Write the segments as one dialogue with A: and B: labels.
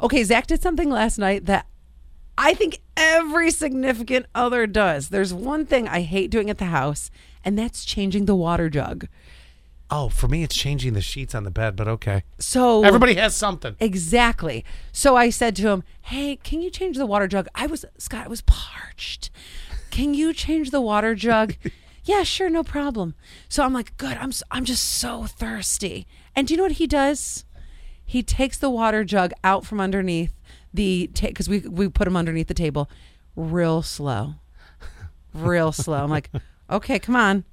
A: Okay, Zach did something last night that I think every significant other does. There's one thing I hate doing at the house, and that's changing the water jug.
B: Oh, for me, it's changing the sheets on the bed, but okay.
A: So
B: Everybody has something.
A: Exactly. So I said to him, "Hey, can you change the water jug? I was Scott, I was parched. Can you change the water jug?" yeah, sure, no problem. So I'm like, "Good. I'm s- I'm just so thirsty." And do you know what he does? He takes the water jug out from underneath the ta- cuz we we put him underneath the table real slow. Real slow. I'm like, "Okay, come on."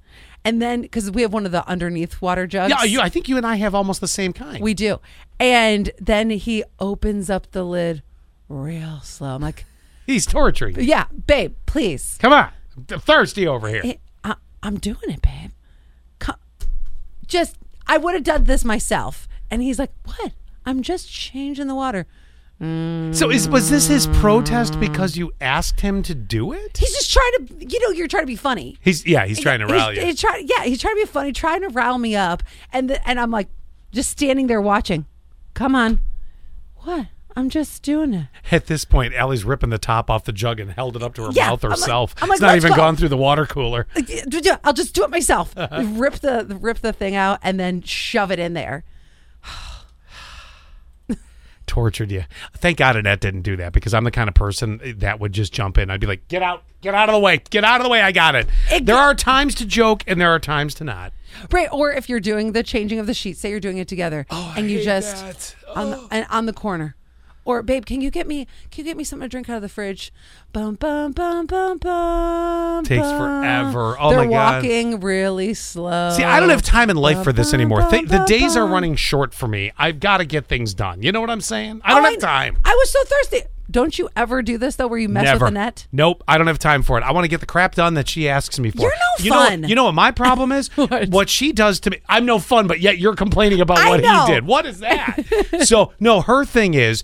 A: And then cuz we have one of the underneath water jugs.
B: Yeah, you, I think you and I have almost the same kind.
A: We do. And then he opens up the lid real slow. I'm like,
B: He's torturing. you.
A: yeah, babe, please.
B: Come on. I'm thirsty over here.
A: It- I, I'm doing it, babe. Co- Just, I would have done this myself. And he's like, what? I'm just changing the water.
B: So is was this his protest because you asked him to do it?
A: He's just trying to, you know, you're trying to be funny.
B: He's yeah, he's trying to rally.
A: He's, he's trying, yeah, he's trying to be funny, trying to rile me up, and the, and I'm like, just standing there watching. Come on, what? I'm just doing it.
B: At this point, Allie's ripping the top off the jug and held it up to her
A: Yeah,
B: mouth
A: I'm like-
B: herself.
A: I'm like,
B: it's not
A: let's
B: even
A: go.
B: gone through the water cooler.
A: Like, d- d- d- I'll just do it myself.
B: Uh-huh.
A: rip the rip the thing out and then shove it in there.
B: Tortured you. Thank God Annette didn't do that because I'm the kind of person that would just jump in. I'd be like, get out, get out of the way, get out of the way. I got it.
A: It-
B: there are times to joke and there are times to not.
A: Right, or if you're doing the changing of the sheets, say you're doing it together
B: Oh,
A: and you just on the, and on the corner. Or babe, can you get me can you get me something to drink out of the fridge? Bum bum bum bum bum.
B: Takes
A: bum.
B: forever. Oh,
A: They're
B: my God.
A: walking really slow.
B: See, I don't have time in life for this anymore. Th- the days are
A: Ba-ba-ba-ba.
B: running short for me. I've got to get things done. You know what I'm saying? I don't
A: Oh,
B: have time.
A: I was so thirsty. Don't you ever do this though, where you mess
B: Never.
A: with the net?
B: Nope, I don't have time for it. I want to get the crap done that she asks me for.
A: You're no
B: you know-
A: fun.
B: you know what my problem is?
A: What?
B: what? she does to me. I'm no fun, but yet you're complaining about
A: I
B: what
A: know.
B: he did. What is that? so, no, her thing is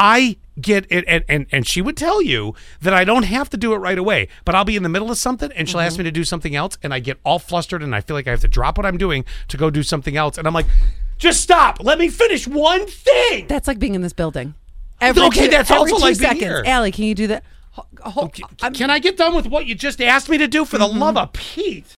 B: I get it and, and and she would tell you that I don't have to do it right away, but I'll be in the middle of something and she'll
A: Mm-hmm.
B: ask me to do something else and I get all flustered and I feel like I have to drop what I'm doing to go do something else and I'm like, "Just stop. Let me finish one thing."
A: That's like being in this building. Every
B: Okay,
A: two-
B: that's
A: every
B: also
A: two
B: like being
A: seconds.
B: here.
A: Allie, can you do that? Ho- ho-
B: C-
A: I'm- Mm-hmm.
B: Can I get done with what you just asked me to do for the love of Pete?